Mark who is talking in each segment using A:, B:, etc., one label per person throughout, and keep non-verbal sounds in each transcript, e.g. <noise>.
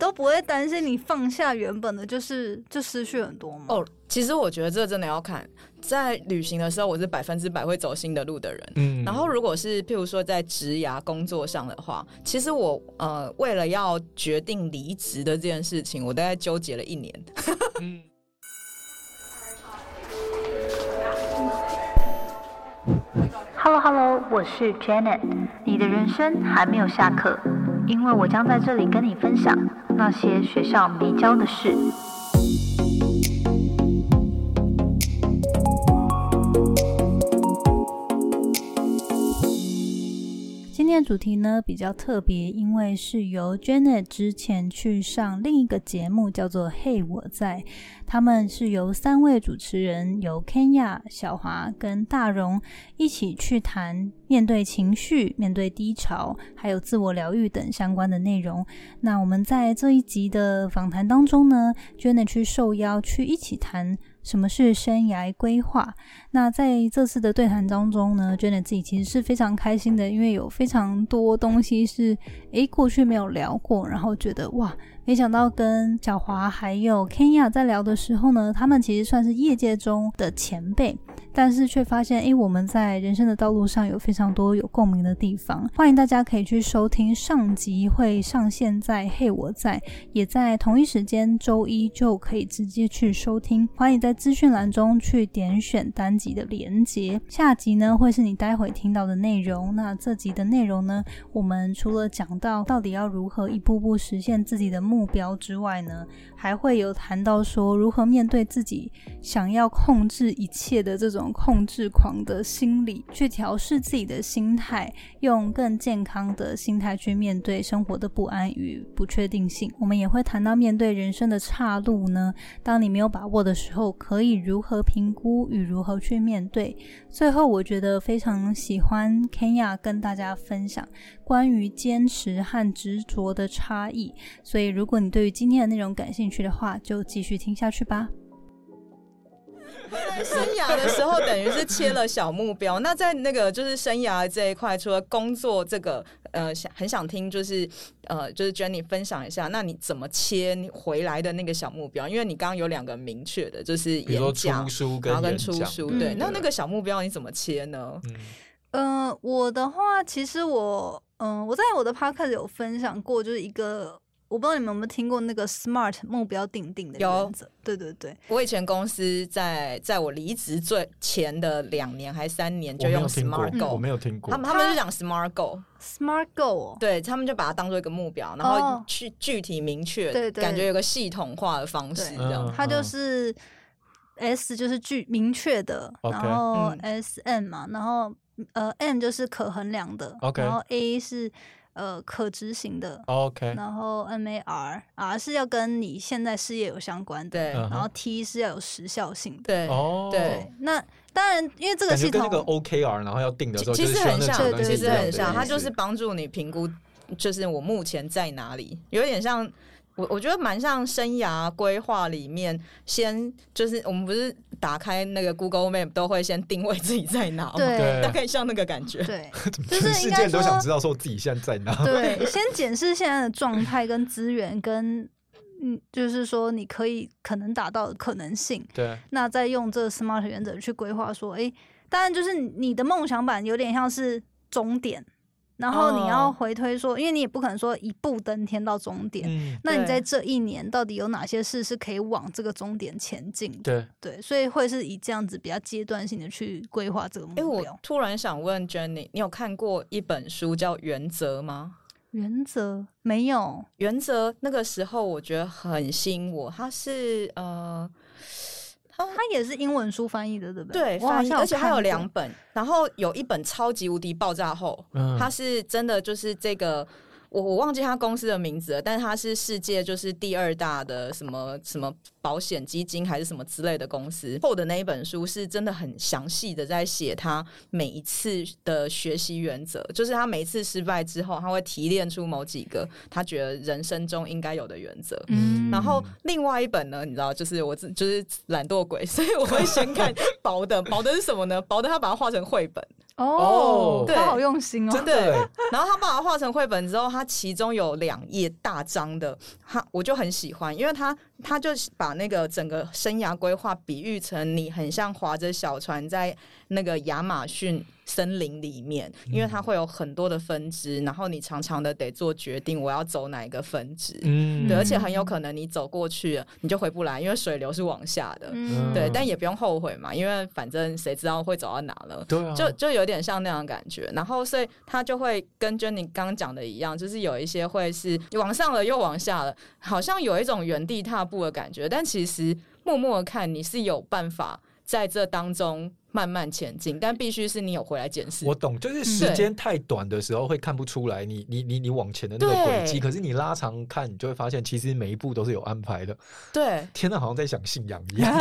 A: 都不会担心你放下原本的，就是就失去很多吗？
B: 哦，其实我觉得这真的要看，在旅行的时候，我是百分之百会走新的路的人。
C: 嗯
B: 然后，如果是譬如说在职涯工作上的话，其实我呃为了要决定离职的这件事情，我大概纠结了一年。
C: 嗯
D: ？Hello Hello，我是 Janet，你的人生还没有下课，因为我将在这里跟你分享那些学校没教的事。
E: 今天的主题呢比较特别，因为是由 Janet 之前去上另一个节目叫做《嘿我在》，他们是由三位主持人由 Kenya、小华跟大荣一起去谈面对情绪、面对低潮，还有自我疗愈等相关的内容。那我们在这一集的访谈当中呢，Janet 去受邀去一起谈什么是生涯规划。那在这次的对谈当中呢，Janet 自己其实是非常开心的，因为有非常多东西是诶过去没有聊过，然后觉得哇，没想到跟小华还有 Kenya 在聊的时候呢，他们其实算是业界中的前辈，但是却发现诶我们在人生的道路上有非常多有共鸣的地方。欢迎大家可以去收听上集，会上线在《嘿我在》，也在同一时间周一就可以直接去收听。欢迎在资讯栏中去点选单集的连接。下集呢会是你待会听到的内容。那这集的内容呢，我们除了讲到到底要如何一步步实现自己的目标之外呢，还会有谈到说如何面对自己想要控制一切的这种控制狂的心理，去调试自己的心态，用更健康的心态去面对生活的不安与不确定性。我们也会谈到面对人生的岔路呢，当你没有把握的时候，可以如何评估与如何去面对。最后，我觉得非常喜欢 Kenya 跟大家分享关于坚持和执着的差异。所以，如果你对于今天的内容感兴趣的话，就继续听下去吧。
B: 生涯的时候，等于是切了小目标。那在那个就是生涯这一块，除了工作这个，呃，想很想听，就是呃，就是 Jenny 分享一下，那你怎么切你回来的那个小目标？因为你刚刚有两个明确的，就是
C: 比如说
B: 演
C: 出
B: 讲，
C: 书跟
B: 然后跟
C: 演
B: 出
C: 讲
B: 书，
A: 嗯
B: 对。那那个小目标你怎么切呢？
C: 嗯
A: 嗯，我的话，其实我，嗯，我在我的 podcast 有分享过，就是一个，我不知道你们有没有听过那个 SMART 目标定定的
B: 有
A: 原则。对对对，
B: 我以前公司在在我离职最前的两年还三年，
C: 我
B: 就
C: 没
B: 用
C: 有听
B: Smart
C: 过，我
B: Goal，
C: 没有听过
B: 他。们他们就讲 Smart Goal。
A: Smart Goal，哦
B: 对他们就把它当做一个目标，然后
A: 哦
B: 去具体明确，
A: 对对
B: 感觉有个系统化的方式
A: 对
B: 这样。
C: 嗯
A: 它就是 S 就是具明确的，
C: OK
A: 然后
B: 嗯
A: S M 嘛，然后呃 M 就是可衡量的
C: OK
A: 然后 A 是呃可执行的，
C: 哦 OK，
A: 然后 M A R R 是要跟你现在事业有相关的，
B: 对
C: 嗯
A: 然后 T 是要有时效性的。
B: 对
C: 哦，
B: 对
A: 那当然，因为这个
C: 感
A: 系
C: 觉跟那
A: 统
C: 个 OKR，然后要定的时
B: 其
C: 候，
B: 其
C: 就是
B: 实
C: 需要
B: 很
C: 那
B: 像
C: 几个
A: 对
C: 东
A: 对
B: 其
C: 西一
B: 实
C: 样的
B: 很像，
C: 意
B: 它就
C: 思
B: 是帮助你评估，就是我目前在哪里，有点像。我我觉得蛮像生涯规划里面，先就是我们不是打开那个 Google Map 都会先定位自己在哪吗？
A: 对
B: 大概像那个感觉。
A: 对就
C: 全
A: 是
C: <laughs> 世
A: 应该
C: 界都
A: 说
C: 想知道说我自己现在在哪。
B: <laughs>
A: 对，先检视现在的状态跟资源跟。嗯，就是说你可以可能达到的可能性，
C: 对，
A: 那再用这 SMART 原则去规划，说，诶、当然就是你的梦想版有点像是终点，然后你要
B: 哦
A: 回推说，因为你也不可能说一步登天到终点，
C: 嗯，
A: 那你
B: 对
A: 在这一年到底有哪些事是可以往这个终点前进的？
C: 对，
A: 对，所以会是以这样子比较阶段性的去规划这个目
B: 哎、我
A: 标。
B: 突然想问 Jenny，你有看过一本书叫《原则》吗？
A: 原则没有，
B: 原则那个时候我觉得很吸引我，它是呃，
A: 它也是英文书翻译的，对不
B: 对，
A: 我好
B: 翻译，
A: 像
B: 而且它
A: 看
B: 有
A: 过
B: 两本，然后有一本超级无敌爆炸后，
C: 嗯
B: 它是真的就是这个。我我忘记它公司的名字了，但是它是世界就是第二大的什么什么保险基金还是什么之类的公司。后的那一本书是真的很详细的在写他每一次的学习原则，就是他每一次失败之后，他会提炼出某几个他觉得人生中应该有的原则。
C: 嗯
B: 然后另外一本呢，你知道，就是我自 <laughs> 就是懒惰鬼，所以我会先看薄的。薄的是什么呢？薄的他把它画成绘本，
E: 哦，
B: 对
E: 他好用心哦，
B: 真的
C: 对，
B: 然后他把它画成绘本之后，它其中有两页大张的，他我就很喜欢，因为他他就把那个整个生涯规划比喻成你很像划着小船在那个亚马逊森林里面，因为它会有很多的分支，然后你常常的得做决定，我要走哪一个分支。
C: 嗯
B: 对，而且很有可能你走过去了你就回不来，因为水流是往下的。
E: 嗯，
B: 对
C: 嗯，
B: 但也不用后悔嘛，因为反正谁知道会走到哪了。
C: 对啊，
B: 就就有点像那样的感觉。然后，所以他就会跟 Jenny 刚刚讲的一样，就是有一些会是往上了又往下了，好像有一种原地踏步的感觉。但其实默默地看，你是有办法在这当中慢慢前进，但必须是你有回来检视。
C: 我懂，就是时间太短的时候会看不出来你你你你往前的那个轨迹，可是你拉长看，你就会发现其实每一步都是有安排的。 <laughs>
B: 对
C: 天呐，好像在讲信仰一样。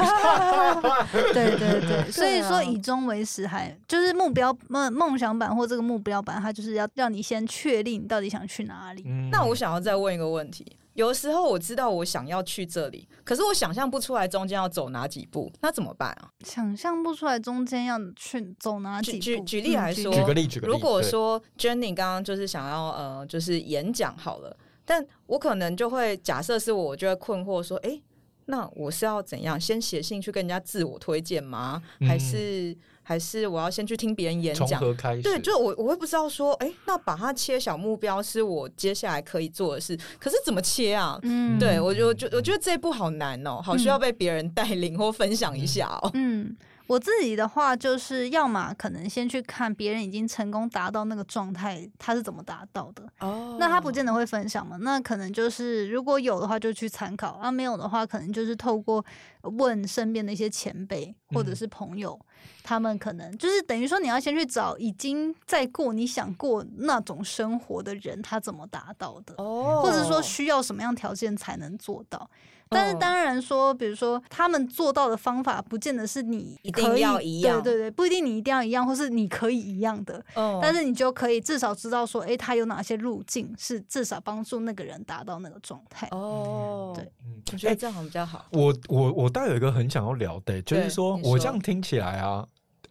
E: 对对
B: <laughs>
E: 对，所以
B: 对啊
E: 说以终为始还就是目标梦梦想版或这个目标版，它就是要让你先确定你到底想去哪里。
C: 嗯
B: <laughs> 那我想要再问一个问题：有的时候我知道我想要去这里，可是我想象不出来中间要走哪几步，那怎么办啊？
E: 想象不出来中间要去走哪几
B: 举
E: 步。
B: 举举例
E: 嗯
B: 来说
C: 举个例，举个例。
B: 如果
C: 对
B: 说 Jenny 刚刚就是想要呃，就是演讲好了，但我可能就会假设是我，我就会困惑说，诶，那我是要怎样？先写信去跟人家自我推荐吗？还
C: 嗯
B: 是、还是我要先去听别人演
C: 从
B: 讲？
C: 何开始？
B: 对，就我我会不知道说，诶，那把它切小目标是我接下来可以做的事，可是怎么切啊？
E: 嗯，
B: 对我就我就我觉得这一步好难哦，好需要
E: 嗯
B: 被别人带领或分享一下哦。
E: 嗯，我自己的话就是，要么可能先去看别人已经成功达到那个状态，他是怎么达到的。
B: 哦
E: 嗯 <laughs> 那他不见得会分享嘛？那可能就是如果有的话就去参考，啊没有的话可能就是透过问身边的一些前辈或者
C: 嗯
E: 是朋友，他们可能就是等于说你要先去找已经在过你想过那种生活的人，他怎么达到的，
B: 哦，嗯
E: 或者说需要什么样条件才能做到。但是当然说，比如说他们做到的方法，不见得是你
B: 一定
E: 可以
B: 要一样
E: 对对对，不一定你一定要一样，或是你可以一样的。
B: 嗯，
E: 但是你就可以至少知道说，诶，他有哪些路径是至少帮助那个人达到那个状态。
B: 哦，
E: 对哎哦
C: 嗯
B: 我觉得这样好像比较好。
C: 我我我倒有一个很想要聊的、就是
B: 对
C: 说
B: 你
C: 我
B: 说
C: 这样听起来啊，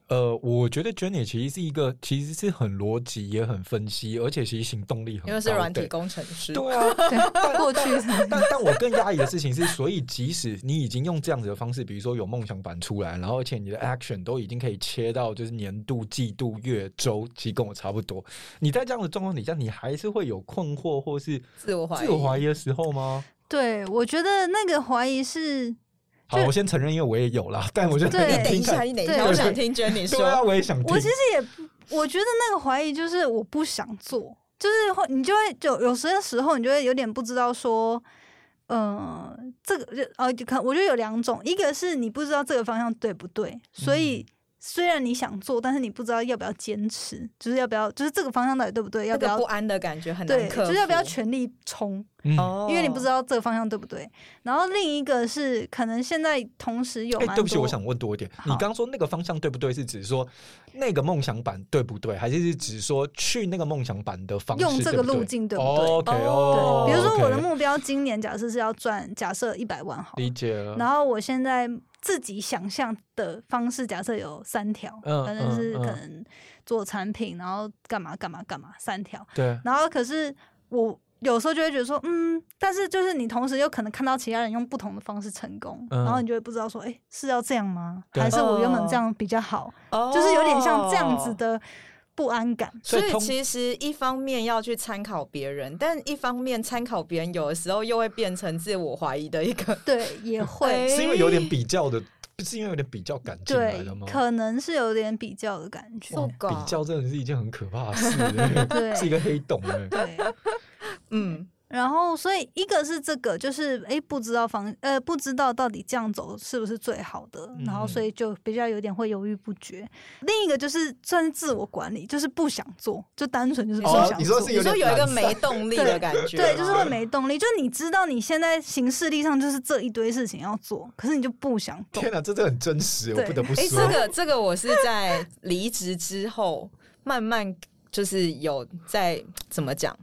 C: 呃，我觉得 Jenny 其实是一个其实是很逻辑也很分析，而且其实行动力很高的，
B: 因为是软体工程师，
C: 对啊，
B: <laughs>
E: 对，过去
C: 但但我更压抑的事情是，所以即使你已经用这样子的方式，比如说有梦想版出来，然后而且你的 action 都已经可以切到就是年度、季度、月、周，其实跟我差不多。你在这样的状况底下，你还是会有困惑或是
B: 自我怀疑，
C: 自我怀疑的时候吗？
E: 对我觉得那个怀疑是，
C: 好，我先承认，因为我也有啦， <laughs> 但我就
E: 对
B: 你等一下，
C: 看
B: 你等一
E: 对
B: 下，我想听 Jenny
E: <laughs>
C: 对啊，
B: 说。
C: 我也想听
E: 我其实也不，我觉得那个怀疑就是我不想做，就是会你就会就有些时候你就会有点不知道说。呃，这个就呃，就看我觉得有两种，一个是你不知道这个方向对不对，所以虽然你想做，但是你不知道要不要坚持，就是要不要，就是这个方向到底对不对，要
B: 那
E: 不
B: 个
E: 要
B: 不安的感觉很难
E: 对，
B: 克
E: 就
B: 服，
E: 是要不要全力冲，
C: 嗯
B: 哦，
E: 因为你不知道这个方向对不对。然后另一个是，可能现在同时有
C: 哎、
E: 蛮
C: 对不起，
E: 多
C: 我想问多一点。你
E: 好
C: 刚说那个方向对不对？是指说那个梦想版对不对，还是是指说去那个梦想版的方式
E: 用这个路
C: 对
E: 径对
C: 不
E: 不
C: 对
E: 对？
C: ？OK 哦
B: 哦，
E: 对，比如说我的
C: OK，
E: 目标今年假设是要赚，假设一百万好了，
C: 理解了。
E: 然后我现在自己想象的方式，假设有三条，
C: 嗯
E: 反正是
C: 嗯嗯
E: 可能做产品，然后干嘛干嘛干嘛三条，
C: 对，
E: 然后可是我。有时候就会觉得说，嗯，但是就是你同时又可能看到其他人用不同的方式成功，
C: 嗯
E: 然后你就会不知道说，哎、是要这样吗？
C: 对
E: 还是我原本这
B: 哦
E: 样比较好？
B: 哦，
E: 就是有点像这样
C: 哦
E: 子。的不安感。
B: 所以
C: 通
B: 其实一方面要去参考别人，但一方面参考别人有的时候又会变成自我怀疑的一个。
E: 对，也
B: 哎
E: 会，
C: 是因为有点比较的，不是因为有点比较感进来
E: 对
C: 的吗，？
E: 可能是有点比较的感觉
C: 哇。
B: 搞
C: 比较真的是一件很可怕的
E: <laughs>
C: 事，欸 <laughs>
E: 对
C: 是一个黑洞哎。
E: <laughs> 对，
B: 嗯，
E: 然后所以一个是这个，就是哎，不知道方呃，不知道到底这样走是不是最好的，然后所
C: 嗯
E: 以就比较有点会犹豫不决。另一个就是算是自我管理，就是不想做，就单纯就是不
C: 哦
E: 想
C: 你说
E: 做
C: 是
B: 你
C: 有点
B: 说有一个
C: 懒散
B: 没动力的感觉吗，
E: 对，就是会 <laughs> 没动力。就你知道你现在行事历上就是这一堆事情要做，可是你就不想动。
C: 天哪，这真的很真实，欸我
E: 对
C: 不得不
B: 哎、
C: 说
B: 这。
E: <laughs>
B: 个这个我是在离职之后慢慢就是有在怎么讲，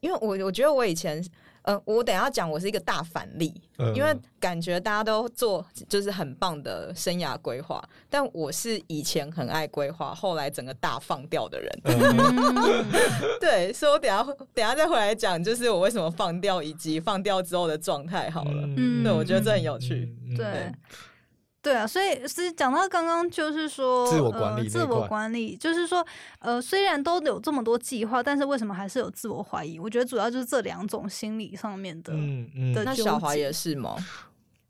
B: 因为我我觉得我以前。呃，我等一下讲，我是一个大反例，
C: 嗯
B: 因为感觉大家都做就是很棒的生涯规划，但我是以前很爱规划，后来整个大放掉的人。 <laughs>
C: 嗯
B: 对，所以我等一下等一下再回来讲，就是我为什么放掉，以及放掉之后的状态好了。
E: 嗯对我
B: 觉得这很有趣。
C: 嗯
E: 对，对啊，所以是讲到刚刚就是说
C: 自我管理
E: 呃、
C: 那
E: 自
C: 一
E: 我
C: 块
E: 管理就是说，呃，虽然都有这么多计划，但是为什么还是有自我怀疑？我觉得主要就是这两种心理上面的。
C: 嗯嗯
E: 的
B: 那
E: 纠
B: 小华
E: 结
B: 也是吗？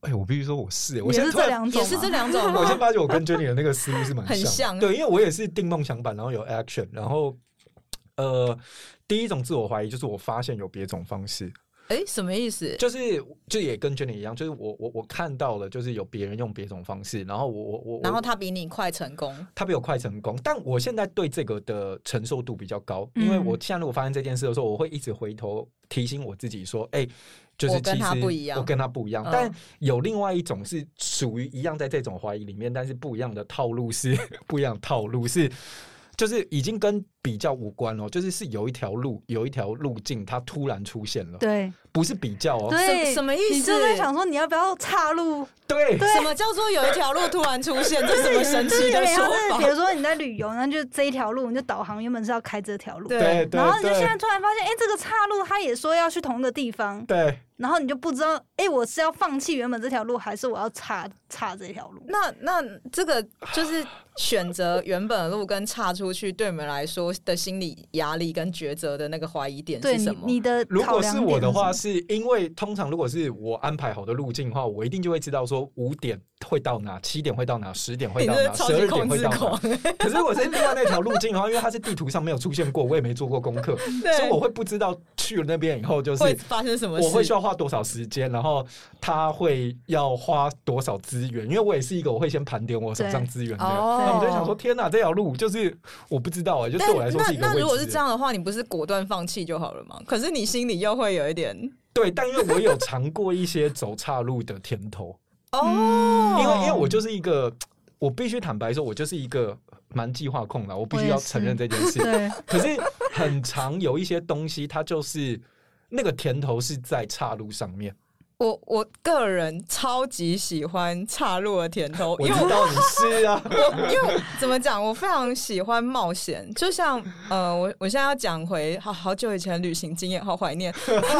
C: 哎，我必须说我是，
E: 也
C: 我现在
E: 是
C: 突
E: 这
C: 然，
E: 两种
B: <laughs> 也
E: 吗，
B: 是这两种
C: <laughs> 我
B: 吗 <laughs>
C: 先？发觉我跟 Jenny 的那个思路是蛮
B: 很像
C: 对，因为我也是定梦想版，然后有 action，然后呃，第一种自我怀疑就是我发现有别种方式，
B: 哎，什么意思？
C: 就是就也跟 Jenny 一样，就是我我我看到了，就是有别人用别种方式，然后我我我，
B: 然后
C: 我
B: 他比你快成功，
C: 他比我快成功，但我现在对这个的承受度比较高，因为
E: 嗯
C: 我现在如果发现这件事的时候，我会一直回头提醒我自己说，哎、就是
B: 我
C: 其
B: 跟
C: 实
B: 他不一样
C: 我跟他不一样。
B: 嗯
C: 但有另外一种是属于一样在这种怀疑里面，但是不一样的套路是 <laughs> 不一样的套路是，就是已经跟比较无关哦，就是是有一条路有一条路径它突然出现了，
E: 对
C: 不是比较哦，
E: 对，
B: 什什么意
E: 你就
B: 思
E: 在想说你要不要岔路？
C: 对
B: 什么叫做有一条路突然出现？这什么神
E: 就是
B: 奇
E: 有
B: 的
E: 点
B: 说
E: 像是，比
B: 法？ <laughs>
E: 如说你在旅游，然后就这一条路，你就导航原本是要开这条路，
B: 对
C: 对对
E: 然后你就
C: 对
E: 现在突然发现，哎、这个岔路他也说要去同一个地方，
C: 对，
E: 然后你就不知道，哎、我是要放弃原本这条路，还是我要岔岔这条路？
B: 那那这个就是选择原本的路跟岔出去，对你们来说的心理压力跟抉择的那个怀疑点
E: 对
B: 是
E: 你
B: 什么？
E: 你的
C: 如
E: 考
C: 果
E: 量
C: 是
E: 点
C: 我的
E: 什
C: 话，
E: 么
C: 是因为通常如果是我安排好的路径的话，我一定就会知道说五点会到哪，七点会到哪，十点会
B: 你
C: 到
B: 真的
C: 哪，
B: 超
C: 十
B: 级
C: 二点
B: 控
C: 会
B: 制
C: 到哪
B: 狂。，
C: 可是我是另外那条路径的话，因为它是地图上没有出现过，我也没做过功
B: <laughs>
C: 课，所以我会不知道去了那边以后就是
B: 会发生什么事？
C: 我会需要花多少时间，然后他会要花多少资源，因为我也是一个我会先盘点我手上资源的人。
B: 哦
C: 那我就想说，天哪，这条路就是我不知道啊、就对我来说是一个
B: 那那
C: 未知。
B: 如果是这，样的话，你不是果断放弃就好了吗？可是你心里又会有一点
C: 对，但因为我有尝过一些走岔路的甜头，
B: <laughs> 哦，
C: 因为因为我就是一个，我必须坦白说，我就是一个蛮计划控的，我必须要承认这件事。
E: <laughs> 对，，
C: 可是很常有一些东西，它就是那个甜头是在岔路上面。
B: 我我个人超级喜欢岔路的甜头，
C: 我
B: 因
C: 知
B: 为我
C: 道你是啊，
B: <laughs> 因为我怎么讲，我非常喜欢冒险。就像呃，我我现在要讲回好好久以前的旅行经验，好怀念。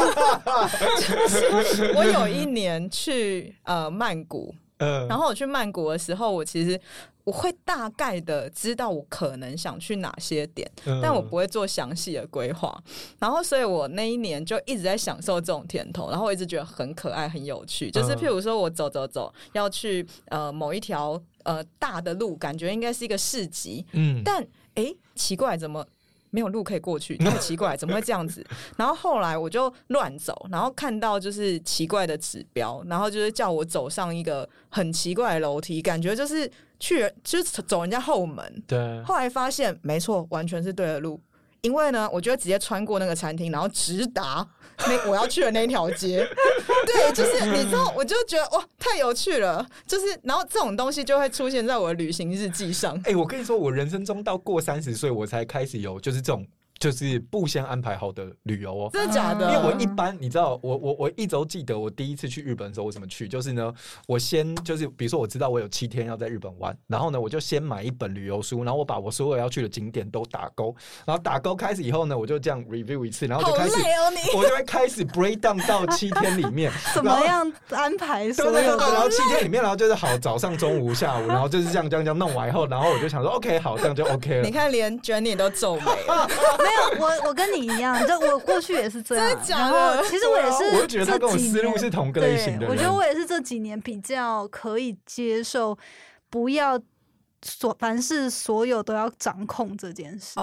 B: <laughs> 就是我有一年去呃曼谷，
C: 嗯，
B: 然后我去曼谷的时候，我其实我会大概的知道我可能想去哪些点，
C: 嗯
B: 但我不会做详细的规划。然后，所以我那一年就一直在享受这种甜头，然后我一直觉得很可爱、很有趣。就是
C: 嗯
B: 譬如说，我走走走，要去呃某一条呃大的路，感觉应该是一个市集，
C: 嗯，
B: 但诶，奇怪，怎么没有路可以过
C: <laughs>
B: 去？太奇怪，怎么会这样子？然后后来我就乱走，然后看到就是奇怪的指标，然后就是叫我走上一个很奇怪的楼梯，感觉就是去人就是走人家后门。
C: 对，
B: 后来发现，没错，完全是对的路。因为呢，我就会直接穿过那个餐厅，然后直达那我要去的那条街。 <laughs> 对，就是你知道，我就觉得哇，太有趣了。就是，然后这种东西就会出现在我的旅行日记上。
C: 哎、我跟你说，我人生中到过三十岁，我才开始有就是这种就是不先安排好的旅游哦。
B: 真的假的？
C: 因为我一般，你知道，我我我一周记得我第一次去日本的时候，我怎么去？就是呢，我先就是比如说我知道我有七天要在日本玩，然后呢，我就先买一本旅游书，然后我把我所有要去的景点都打勾，然后打勾开始以后呢，我就这样 review 一次，然后就
B: 好
C: 开始
B: 累哦，你 <laughs>
C: 我就会开始 break down 到七天里面
E: 怎
C: 然
E: 么
C: 后？
E: 样安排
C: 对
E: 所
C: 对对
E: 有
C: 对，然
E: 的？
C: 后七天里面，然后就是好早上、中午、下午，然后就是这样这样这样弄完以后，然后我就想说，OK，好，这样就 OK 了
B: 你。看连 Jenny 都皱眉了，
E: <laughs> 没有，我我跟你一样，就我过去也是这样
B: 真的。假
E: 然
B: 的
E: 后其实我也
C: 啊我就
E: 是
C: 觉得他
E: 这
C: 跟我
E: 几
C: 思路
E: 年
C: 是同个类型
E: 对
C: 的，人。
E: 我觉得我也是这几年比较可以接受，不要所凡事所有都要掌控这件事。
B: 哦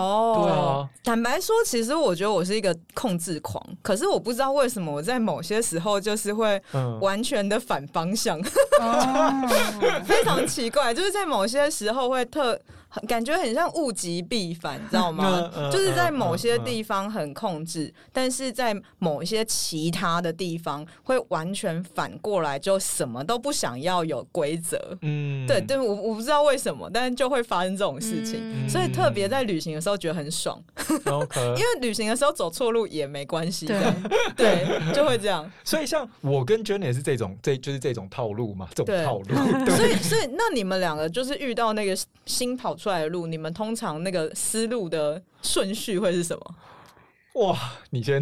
C: <laughs> 哦，
B: 坦白说，其实我觉得我是一个控制狂，可是我不知道为什么我在某些时候就是会 <laughs>
C: 嗯
B: 完全的反方向，
E: 哦，
B: 非常奇怪，就是在某些时候会特很感觉很像物极必反，你知道吗？
C: 嗯嗯
B: 就是在某些
C: 嗯嗯
B: 地方很控制，但是在某一些其他的地方会完全反过来，就什么都不想要有规则。
C: 嗯，
B: 对，对我我不知道为什么，但就会发生这种事情，
E: 嗯
B: 所以特别在旅行的时候觉得很爽，
C: ，OK，
B: <laughs> 因为旅行的时候走错路也没关系，
E: 对
B: 这样对，就会这样。
C: 所以像我跟 Jenny 也是这种，这就是这种套路嘛，这种
B: 对
C: 套路，对，
B: 所以，所以那你们两个就是遇到那个新跑出来的路，你们通常那个思路的顺序会是什么？
C: <laughs> 哇，
B: <laughs>
C: 你先，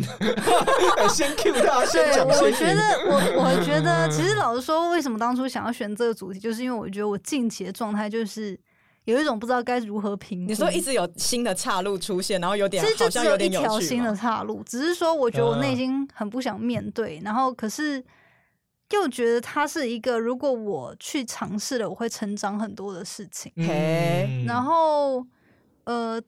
C: 哎先 Q 他， <laughs> 先
E: 对，
C: 讲，
E: 我
C: 先
E: 觉
C: 赢
E: 得我我
C: <laughs>
E: 觉得，其实老实说，为什么当初想要选这个主题，就是因为我觉得我近期的状态就是有一种不知道该如何评估。
B: 你说一直有新的岔路出现，然后有点
E: 其实就
B: 好
E: 只
B: 像
E: 有一
B: 点
E: 条
B: 有趣
E: 新的
B: 嘛，
E: 岔路，只是说我觉得我
C: 嗯
E: 内心很不想面对，然后可是又觉得它是一个如果我去尝试了，我会成长很多的事情。
B: 嘿
C: 嗯
E: 然后呃，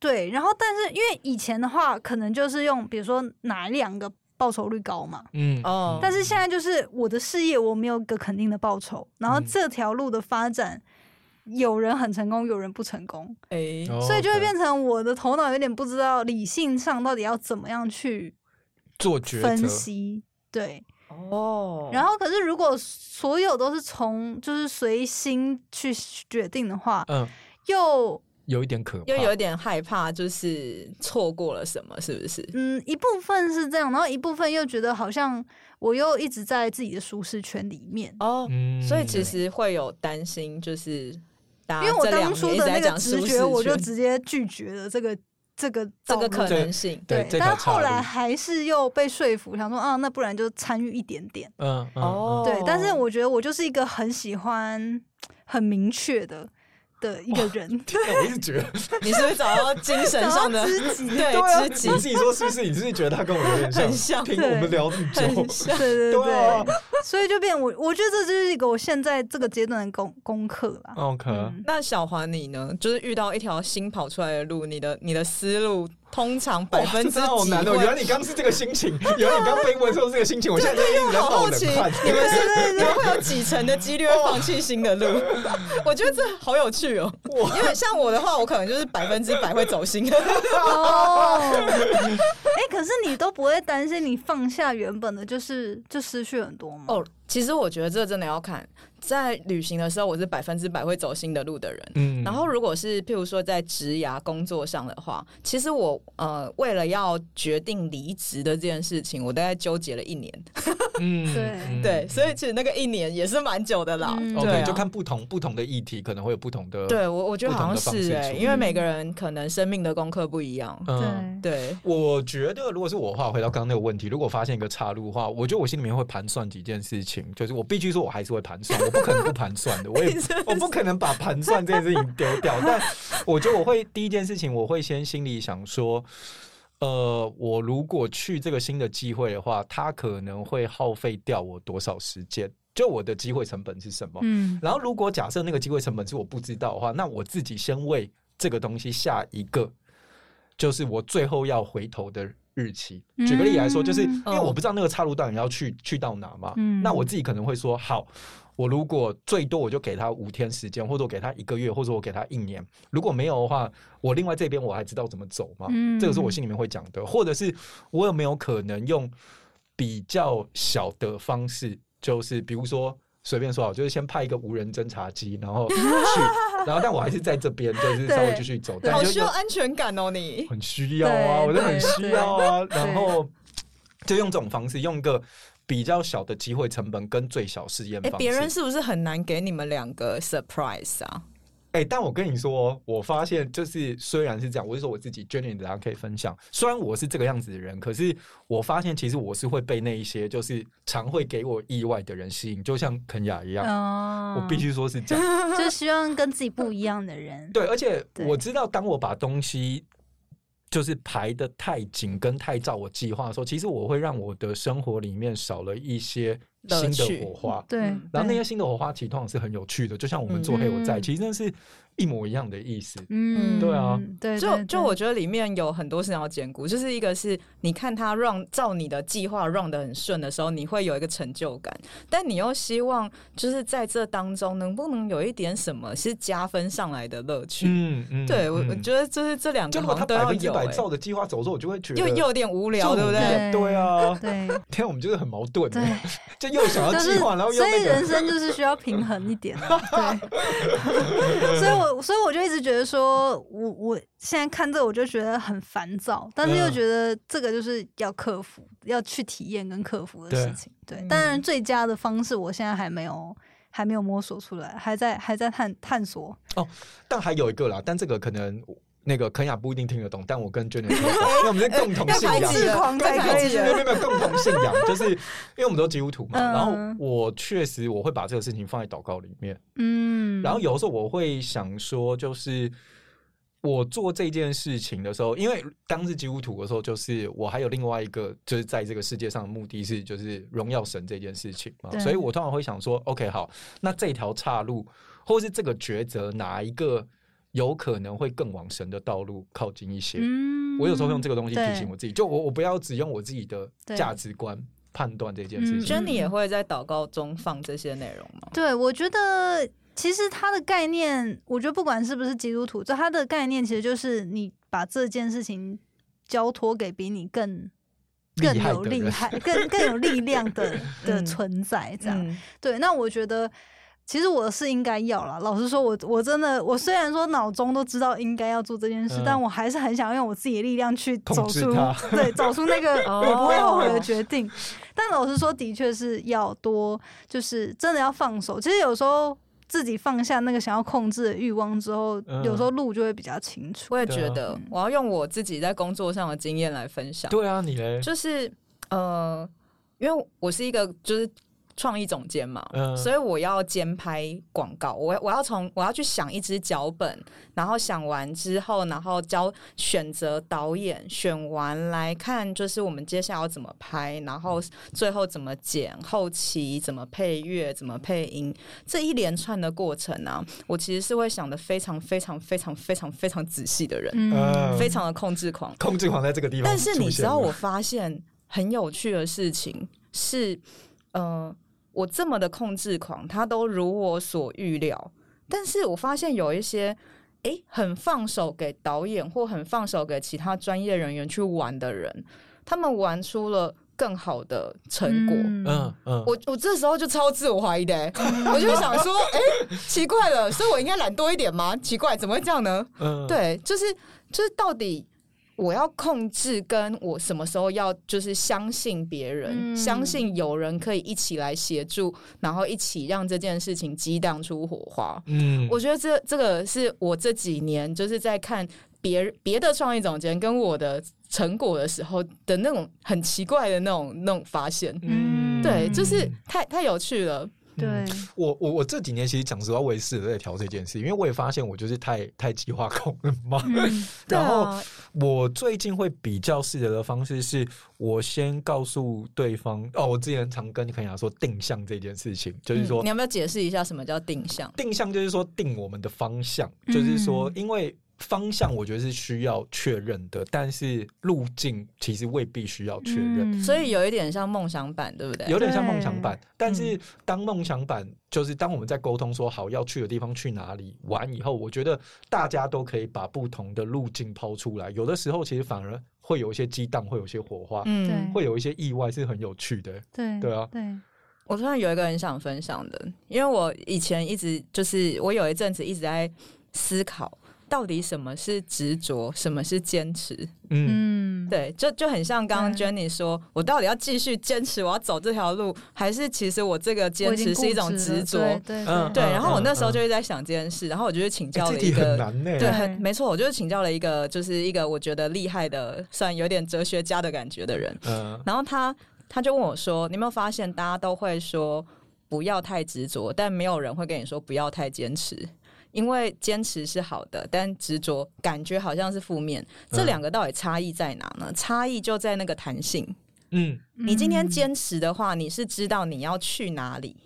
E: 对，然后但是因为以前的话，可能就是用比如说哪两个报酬率高嘛，
C: 嗯
B: 哦
E: 但是现在就是我的事业我没有一个肯定的报酬，然后
C: 嗯
E: 这条路的发展。有人很成功，有人不成功，
B: 哎、
E: 所以就会
C: OK
E: 变成我的头脑有点不知道理性上到底要怎么样去
C: 做抉
E: 分
C: 择，
E: 析。对，
B: 哦，
E: 然
B: 后
E: 后可是如果所有都是从就是随心去决定的话，
C: 嗯，
E: 又
C: 有一点可怕，
B: 又有点害怕，就是错过了什么，是不是？
E: 嗯，一部分是这样，然后一部分又觉得好像我又一直在自己的舒适圈里面。
B: 哦，
C: 嗯
B: 所以其实会有担心，就是大
E: 因
B: 家
E: 为我
B: 啊这两
E: 当初
B: 年一
E: 的
B: 直
E: 那
B: 在
E: 个
B: 讲
E: 直
B: 舒适
E: 觉，我就
B: 圈
E: 直接拒绝了这个这个
B: 这
E: 道
B: 个
E: 路
B: 可能性，
C: 对，这条
E: 但后
C: 岔
E: 来
C: 路，
E: 还是又被说服，想说啊，那不然就参与一点点。
C: 嗯，嗯
B: 哦
E: 对，但是我觉得我就是一个很喜欢很明确的的一个人，
B: <laughs>
C: 嗯我一直觉得，
B: 你是不是找到精神
E: <laughs>
B: 上的
E: 知己。
B: <laughs> 对
C: 啊
B: 知己
C: 你自己说是不是？你自己觉得他跟我有点像，
B: 很像
C: 听
E: 对
C: 我们聊这么久
B: 很，像
E: 对对对，
C: <laughs> 对啊
E: 所以就变我，我觉得这就是一个我现在这个阶段的功功课啦。
C: ，OK，
E: 嗯
B: 那小华你呢？就是遇到一条新跑出来的路，你的你的思路通常百分之
C: 哇真的好
B: 几啊
C: 难哦！
B: 会
C: 原来你刚是这个心情，
B: <laughs>
C: 原来你刚被问说这个心情，我现在一直在
B: 好
C: 冒
B: 好
C: 冷
B: 奇，
C: 汗。
B: 你们是你们会有几成的几率会放弃新
C: <laughs>
B: 的路？我觉得这好有趣哦。因为像我的话，我可能就是百分之百会走
E: <laughs>
B: 心。
E: 哦，哎、可是你都不会担心你放下原本的，就是就失去很多吗？
B: 哦，其实我觉得这真的要看，在旅行的时候，我是百分之百会走新的路的人。
C: 嗯
B: 然后，如果是譬如说在职涯工作上的话，其实我呃为了要决定离职的这件事情，我大概纠结了一年。
C: 嗯
E: 对
C: 嗯
B: 对，所以其实那个一年也是蛮久的啦。
E: 嗯
B: 对、啊
C: OK，就看不同不同的议题，可能会有不同的
B: 对我我觉得
C: 不同
B: 好
C: 的
B: 像
C: 方
B: 是
C: 式
B: 哎、
C: 处
B: 因为每个人可能生命的功课不一样。
C: 嗯。
B: <laughs> 对，
C: 我觉得，如果是我的话，回到刚刚那个问题，如果发现一个岔路的话，我觉得我心里面会盘算几件事情，就是我必须说，我还是会盘算，我不可能不盘算的，我
B: <laughs>
C: 也我不可能把盘算这件事情丢掉。但我觉得我会第一件事情，我会先心里想说，呃，我如果去这个新的机会的话，它可能会耗费掉我多少时间？就我的机会成本是什么？
E: 嗯，
C: 然后，如果假设那个机会成本是我不知道的话，那我自己先为这个东西下一个，就是我最后要回头的日期。举个例来说，就是
E: 嗯
C: 因为我不知道那个岔路到底要去去到哪嘛，
E: 嗯
C: 那我自己可能会说，好，我如果最多我就给他五天时间，或者我给他一个月，或者我给他一年。如果没有的话，我另外这边我还知道怎么走嘛，
E: 嗯
C: 这个是我心里面会讲的，或者是我有没有可能用比较小的方式，就是比如说。随便说好，就是先派一个无人侦察机，
E: <laughs>
C: 然后去，然后但我还是在这边，就是稍微
E: 对
C: 继续走，
E: 对
C: 但
B: 好
C: 就
B: 需要安全感哦，你。
C: 很需要
E: 对
C: 啊，我就很
E: 对
C: 需要啊。
E: 对
C: 然后就用这种方式，用一个比较小的机会成本跟最小试验
B: 哎、
C: 方式。
B: 别人是不是很难给你们两个 surprise 啊？
C: 哎、但我跟你说，我发现就是虽然是这样，我是说我自己 Jenny，大家可以分享。虽然我是这个样子的人，可是我发现其实我是会被那一些就是常会给我意外的人吸引，就像肯雅一样。
E: 哦
C: 我必 <laughs> 须说是这样。
E: 就希望跟自己不一样的人。
C: 对，而且
E: 对
C: 我知道，当我把东西就是排的太紧跟太照我计划的时候，其实我会让我的生活里面少了一些
B: 乐
C: 新
B: 趣
C: 的火花。
E: 对
B: 嗯，
C: 然后那
E: 对
C: 些新的火花其实通常是很有趣的，就像我们
B: 嗯
C: 做黑我在，
E: 嗯
C: 其实那是一模一样的意思。
E: 嗯，
C: 对啊，
E: 对，
B: 就
E: 对
B: 就我，觉得里面有很多事情要兼顾，就是一个是你看他 run 照你的计划 run 的很顺的时候，你会有一个成就感，但你又希望就是在这当中能不能有一点什么是加分上来的乐趣。
C: 嗯嗯
B: 对，我、
C: 嗯
B: 我觉得就是这两
C: 就
B: 个
C: 如果
B: 好
C: 他
B: 像都
C: 百
B: 要
C: 分之
B: 有、
C: 百
B: 欸，
C: 照着计划走之后，我就会觉得
B: 又又有点无聊，
C: 就
B: 对不
C: 无
B: 对
C: 聊？对啊
E: 对
C: 天，我们就是很矛盾
E: 对，
C: 欸， <laughs> 就又想要
E: 就
C: 计
E: 是
C: 划，然后又
E: 所以
C: 那
E: 人
C: 个，
E: 生就是需要平衡一点啊，对，
C: <laughs>
E: 所以我所以我就一直觉得说，我我现在看这个我就觉得很烦躁，但是又
C: 嗯
E: 觉得这个就是要克服，要去体验跟克服的
C: 对
E: 事情。对，
B: 嗯
E: 当然最佳的方式我现在还没有还没有摸索出来，还在还在探探索。
C: <laughs> 但还有一个啦，但这个可能那个肯雅不一定听得懂，但我跟 Jenny 说过，因为我
E: <laughs>
C: 们是共同信
B: 要排
C: 仰
B: 挤。人
E: 狂才
B: 要排
E: 可
B: 挤
E: 以
C: 没
B: 人
C: 有没有没有共同信仰，就是因为我们都基督徒嘛。
E: 嗯
C: 然后我确实我会把这个事情放在祷告里面，
E: 嗯，
C: 然后有的时候我会想说，就是我做这件事情的时候，因为当是基督徒的时候，就是我还有另外一个，就是在这个世界上的目的是就是荣耀神这件事情嘛，
E: 对
C: 所以我通常会想说，OK，好，那这条岔路或是这个抉择，哪一个有可能会更往神的道路靠近一些？
E: 嗯
C: 我有时候会用这个东西提醒
E: 对
C: 我自己，就我我不要只用我自己的
E: 对
C: 价值观判断这件事
E: 嗯
C: 情。
B: Jenny 也会在祷告中放这些内容吗？
E: 对，我觉得其实它的概念，我觉得不管是不是基督徒，这它的概念其实就是你把这件事情交托给比你更
C: 厉
E: 更
C: 害
E: 有
C: 的
E: 厉
C: 人
E: 害、更更有力量
C: <laughs>
E: 的的
B: 嗯
E: 存在，这样。
B: 嗯，
E: 对，那我觉得其实我是应该要啦。老实说我，我真的，我虽然说脑中都知道应该要做这件事，
C: 嗯
E: 但我还是很想用我自己的力量去走
C: 控制
E: 出
C: 它，
E: 对，走出那
B: <laughs>
E: 个
B: 哦
E: 我不会后悔的决定。但老实说，的确是要多，就是真的要放手。其实有时候。自己放下那个想要控制的欲望之后，有时
C: 嗯
E: 候路就会比较清楚。
B: 我也
C: 对啊
B: 觉得
E: 嗯
B: 我要用我自己在工作上的经验来分享。
C: 对啊，你嘞？
B: 就是呃，因为我是一个就是创意总监嘛，
C: 嗯
B: 所以我要兼拍广告，我我要从我要去想一支脚本，然后想完之后，然后教选择导演，选完来看就是我们接下来要怎么拍，然后最后怎么剪，后期怎么配乐，怎么配音，这一连串的过程啊，我其实是会想的非常非常非常非常非常仔细的人，
E: 嗯
C: 呃
B: 非常的控制狂。
C: 控制狂在这个地方
B: 但
C: 出现
B: 是
C: 了，
B: 你知道，我发现很有趣的事情是，呃，我这么的控制狂，他都如我所预料。但是我发现有一些，诶，很放手给导演或很放手给其他专业人员去玩的人，他们玩出了更好的成果。
C: 嗯嗯，
B: 我我这时候就超自我怀疑的、欸，我就想说，诶，奇怪了，所以我应该懒多一点吗？奇怪，怎么会这样呢？
C: 嗯，
B: 对，就是就是到底我要控制，跟我什么时候要就是相信别人，
E: 嗯
B: 相信有人可以一起来协助，然后一起让这件事情激荡出火花。
C: 嗯，
B: 我觉得这这个是我这几年就是在看别别的创意总监跟我的成果的时候的那种很奇怪的那种那种发现。
E: 嗯
B: 对，就是太太有趣了。
C: 嗯
E: 对，
C: 我我我这几年其实讲实话，我也是在调这件事，因为我也发现我就是太太计划控了嘛。
B: <laughs>
E: 嗯
C: 然
B: 对
C: 后
B: 啊
C: 我最近会比较试着的方式是，我先告诉对方哦，我之前常跟肯雅说定向这件事情，就是说
B: 嗯你要不要解释一下什么叫定向？
C: 定向就是说定我们的方向，
E: 嗯
C: 就是说，因为方向我觉得是需要确认的，但是路径其实未必需要确
E: 嗯
C: 认。
B: 嗯所以有一点像梦想版，对不对？
C: 嗯
B: 嗯
C: 有点像梦想版，但是当梦想版就是当我们在沟通说好要去的地方去哪里玩以后，我觉得大家都可以把不同的路径抛出来，有的时候其实反而会有一些激荡，会有一些火花，
B: 嗯
E: 对
C: 会有一些意外，是很有趣的。
E: 对
C: 对啊
E: 对，
B: 我突然有一个很想分享的，因为我以前一直就是我有一阵子一直在思考，到底什么是执着，什么是坚持。
C: 嗯，
E: 嗯，
B: 对，就就很像刚刚
E: 对
B: Jenny 说，我到底要继续坚持，我要走这条路，还是其实我这个
E: 我
B: 坚
E: 已经
B: 持是一种
E: 固执
B: 执
E: 了
B: 着？
E: 对
C: 嗯
B: 对，
C: 嗯
B: 然后我那时候
C: 嗯
B: 就一直在想这件事，然后我就去请
C: 欸
B: 教
C: 这
B: 了一
C: 题很
B: 个
C: 难呢、
B: 对，
E: 对
B: 哎很没错，我就是请教了一个，就是一个我觉得厉害的，算有点哲学家的感觉的人。
C: 嗯、 <laughs>
B: <laughs> 然后他他就问我说：“你有没有发现大家都会说不要太执着，但没有人会跟你说不要太坚持，因为坚持是好的，但执着感觉好像是负面。这
C: 嗯
B: 两个到底差异在哪呢？差异就在那个弹性。
C: 嗯嗯，
B: 你今天
E: 嗯
B: 坚持的话，你是知道你要去哪里。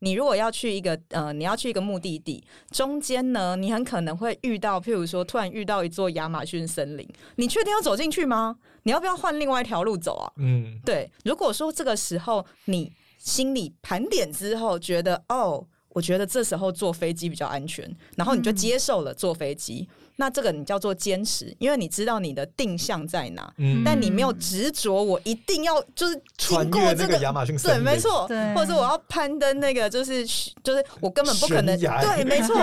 B: 你如果要去一个呃，你要去一个目的地，中间呢，你很可能会遇到，譬如说，突然遇到一座亚马逊森林，你确定要走进去吗？你要不要换另外一条路走啊？
C: 嗯，
B: 对，如果说这个时候你心里盘点之后，觉得哦，我觉得这时候坐飞机比较安全，然后你就
E: 嗯
B: 接受了坐飞机，那这个你叫做坚持，因为你知道你的定向在哪，
C: 嗯
B: 但你没有
E: 嗯
B: 执着，我一定要就是
C: 穿
B: 经
C: 越
B: 过
C: 那
B: 这
C: 个亚马 <laughs> 逊森
B: 对，
C: 林，
B: 没，错
E: 对，
B: 或者是我要攀登那个，就是就是我根本不可能，
C: 悬崖 <laughs>
B: 对，没错，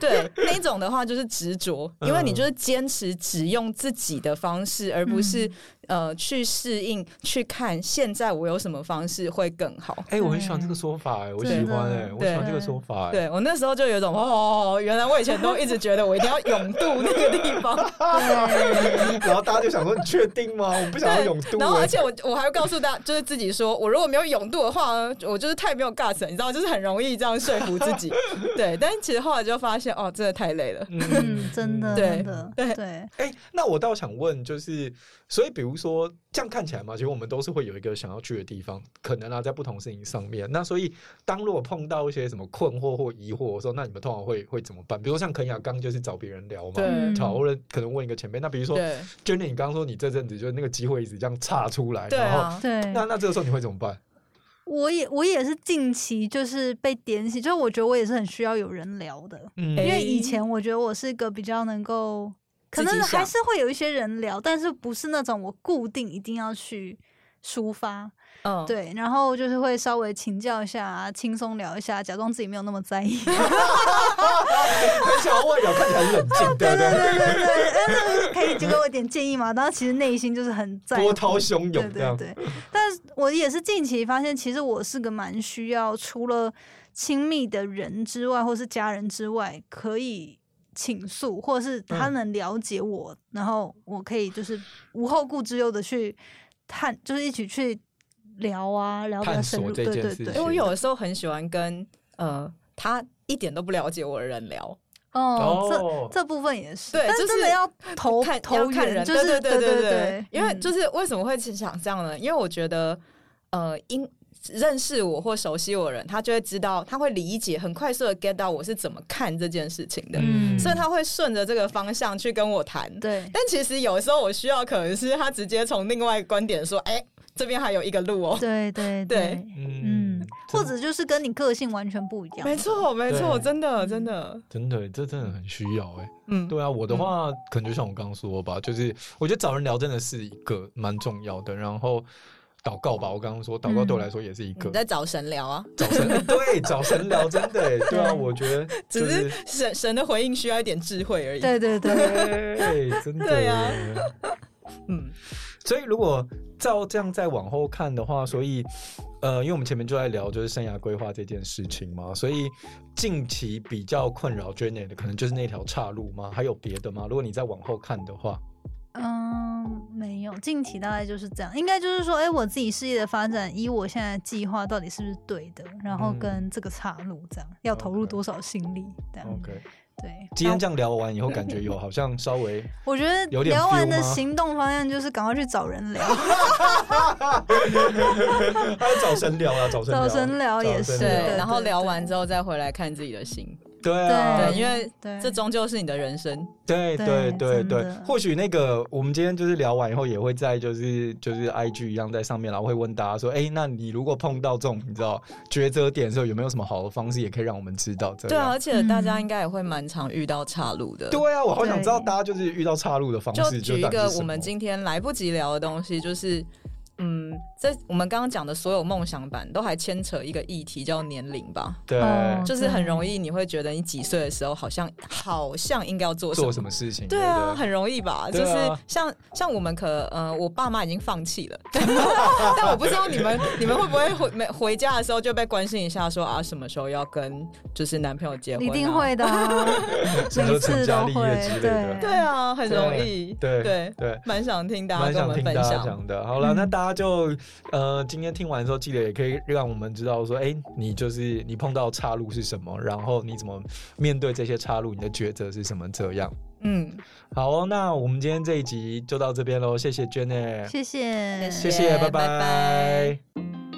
B: 对，那一种的话就是执着，
C: 嗯
B: 因为你就是坚持只用自己的方式，而不是呃去适应、去看现在我有什么方式会更好。
C: 哎、我很喜欢这个说法、哎，我喜
E: 对
C: 欢、哎，我喜欢这个说法、哎，
B: 对我那时候就有一种哦，原来我以前都一直觉得我一定要勇渡那个地方，
C: 哎 <laughs> 然后大家就想说，你确定吗？我不想要永
B: 对
C: 渡、
B: 然后
C: 哎
B: 而且我我还会告诉大家，就是自己说，我如果没有勇度的话呢，我就是太没有 guts，了你知道，就是很容易这样说服自
C: <laughs>
B: 己。对，但是其实后来就发现，哦，真的太累了。
E: 嗯，真的，
B: 对
E: 真的，
B: 对
E: 对，
C: 哎、那我倒想问，就是，所以比如说这样看起来嘛，其实我们都是会有一个想要去的地方，可能啊，在不同事情上面。那所以，当如果碰到一些什么困惑或疑惑的时候，那你们通常会会怎么办？比如说像肯雅刚就是找别人聊嘛，
B: 对
E: 嗯
C: 讨论可能问一个前辈。那比如说
B: 对
C: Jenny，你刚刚说你这阵子就是那个机会一直这样岔出来，
B: 对
C: 然后
B: 啊，
E: 对，
C: 那那这个时候你会怎么办？
E: 我也我也是近期就是被点醒，就是我觉得我也是很需要有人聊的，
C: 嗯
E: 因
B: 哎
E: 为以前我觉得我是个比较能够，可
B: 自己
E: 能还
B: 想
E: 是会有一些人聊，但是不是那种我固定一定要去抒发，
B: 嗯，
E: 对，然后就是会稍微请教一下，轻松聊一下，假装自己没有那么在意。
C: 很想要外表看起来很冷静，对
E: 对
C: 不
E: 哦对
C: 对？
E: 对对对，哎那可以就给我一点建议吗？然后其实内心就是很在
C: <laughs> 波
E: 乎。
C: 涛汹
E: 对
C: 涌这
E: 对
C: 样，
E: 对，
C: <laughs>
E: 但是我也是近期发现，其实我是个蛮需要除了亲密的人之外，或是家人之外，可以倾诉，或是他
C: 嗯
E: 能了解我，然后我可以就是无后顾之忧的去探，就是一起去聊啊，聊比较
C: 探
E: 深
C: 索
E: 入。
C: 这
E: 对
C: 件
E: 对
C: 事
E: 对
B: 因为
C: 情，
B: 我有的时候很喜欢跟呃他一点都不了解我的人聊，
E: 哦，这
C: 哦
E: 这部分也是，
B: 对
E: 但
B: 就是
E: 真的要投
B: 看要
E: 投
B: 看
E: 缘，
B: 人，
E: 就是
B: 对
E: 对
B: 对对
E: 对，
B: 因为
E: 嗯
B: 就是为什么会想这样呢？因为我觉得，呃，因认识我或熟悉我的人，他就会知道，他会理解，很快速的 get 到我是怎么看这件事情的，
C: 嗯
B: 所以他会顺着这个方向去跟我谈。
E: 对
B: 但其实有时候我需要可能是他直接从另外一个观点说，哎、这边还有一个路哦。
E: 对对
B: 对，
E: 嗯，
C: 真
E: 或者就是跟你个性完全不一样，
B: 没错，没错，
C: 对
B: 真的，真的，
C: 真的，这真的很需要哎、
B: 嗯，
C: 对啊，我的话、可能就像我刚刚说吧，就是我觉得找人聊真的是一个蛮重要的，然后祷告吧，我刚刚说祷告
B: 嗯
C: 对我来说也是一个、
B: 你在找神聊啊，
C: 找神， <laughs> 对，找神聊真的哎、对啊，
E: 对
C: 我觉得就
B: <laughs> 只是神神的回应需要一点智慧而已。，
E: 对对
C: <laughs>
E: 对，
C: 对，真的
B: 对啊
C: 耶
B: 嗯，
C: 所以如果照这样再往后看的话，所以呃，因为我们前面就在聊就是生涯规划这件事情嘛，所以近期比较困扰 Jenny 的可能就是那条岔路吗？还有别的吗？如果你再往后看的话，
E: 嗯，没有，近期大概就是这样，应该就是说，哎、我自己事业的发展，依我现在的计划到底是不是对的，然后
C: 嗯
E: 跟这个岔路这样，要投入
C: OK
E: 多少心力这
B: 嗯
E: 样
C: OK，
E: 对。
C: 今天这样聊完以后，感觉有好像稍微
E: 我觉得
C: 有点
E: 聊完
C: feel
E: 的
C: 吗
E: 行动方向就是赶快去找人聊，
C: 还有找神聊啊，找神
E: 找神聊也是
B: 对
E: 对对，
B: 然后聊
E: 对
B: 完之后再回来看自己的心，
C: 对啊
B: 对，，因为
E: 对
B: 这终究是你的人生。
C: 对对
E: 对
C: 对
E: 真
C: 对
E: 的，
C: 或许那个我们今天就是聊完以后，也会在就是就是 IG 一样在上面，然后会问大家说，哎，那你如果碰到这种你知道抉择点的时候，有没有什么好的方式，也可以让我们知道？这
B: 对啊，
C: 样
B: 而且大家
E: 嗯
B: 应该也会蛮常遇到岔路的。
C: 对啊，我好想知道
E: 对
C: 大家就是遇到岔路的方
B: 就
C: 式，
B: 举一
C: 到底
B: 个
C: 哦是什
B: 我们
C: 么
B: 今天来不及聊的东西，就是嗯，这我们刚刚讲的所有梦想版都还牵扯一个议题叫年龄吧，
C: 对
E: 哦
B: 就是很容易你会觉得你几岁的时候好像好像应该要做什
C: 做
B: 么。
C: 什么事情，
B: 对啊，
C: 不对
B: 很容易吧？
C: 对
B: 就
C: 啊
B: 是像像我们可呃，我爸妈已经放弃了， <laughs> 但我不知道你们你们会不会回没回家的时候就被关心一下说啊什么时候要跟就是男朋友结婚、
E: 一定。会的、
C: <laughs>
E: 啊，
C: 什
E: 每
C: 么时候成
E: 次
C: 家
E: 都
C: 立业之
E: 会，
C: 类的
E: 对
B: 对啊，很容易。
C: 对
B: 对，
C: 对。
B: 蛮想听大家
C: 蛮
B: 跟我
C: 想
B: 们
C: 听
B: 分
C: 大家
B: 享。 <laughs>
C: 讲的。好了，那大家就呃，今天听完之后，记得也可以让我们知道说，哎、你就是你碰到岔路是什么，然后你怎么面对这些岔路，你的抉择是什么，这样。
B: 嗯，
C: 好哦，那我们今天这一集就到这边喽，谢谢 Jenny，
E: 谢谢，
C: 谢
B: 谢
C: 拜
B: 拜拜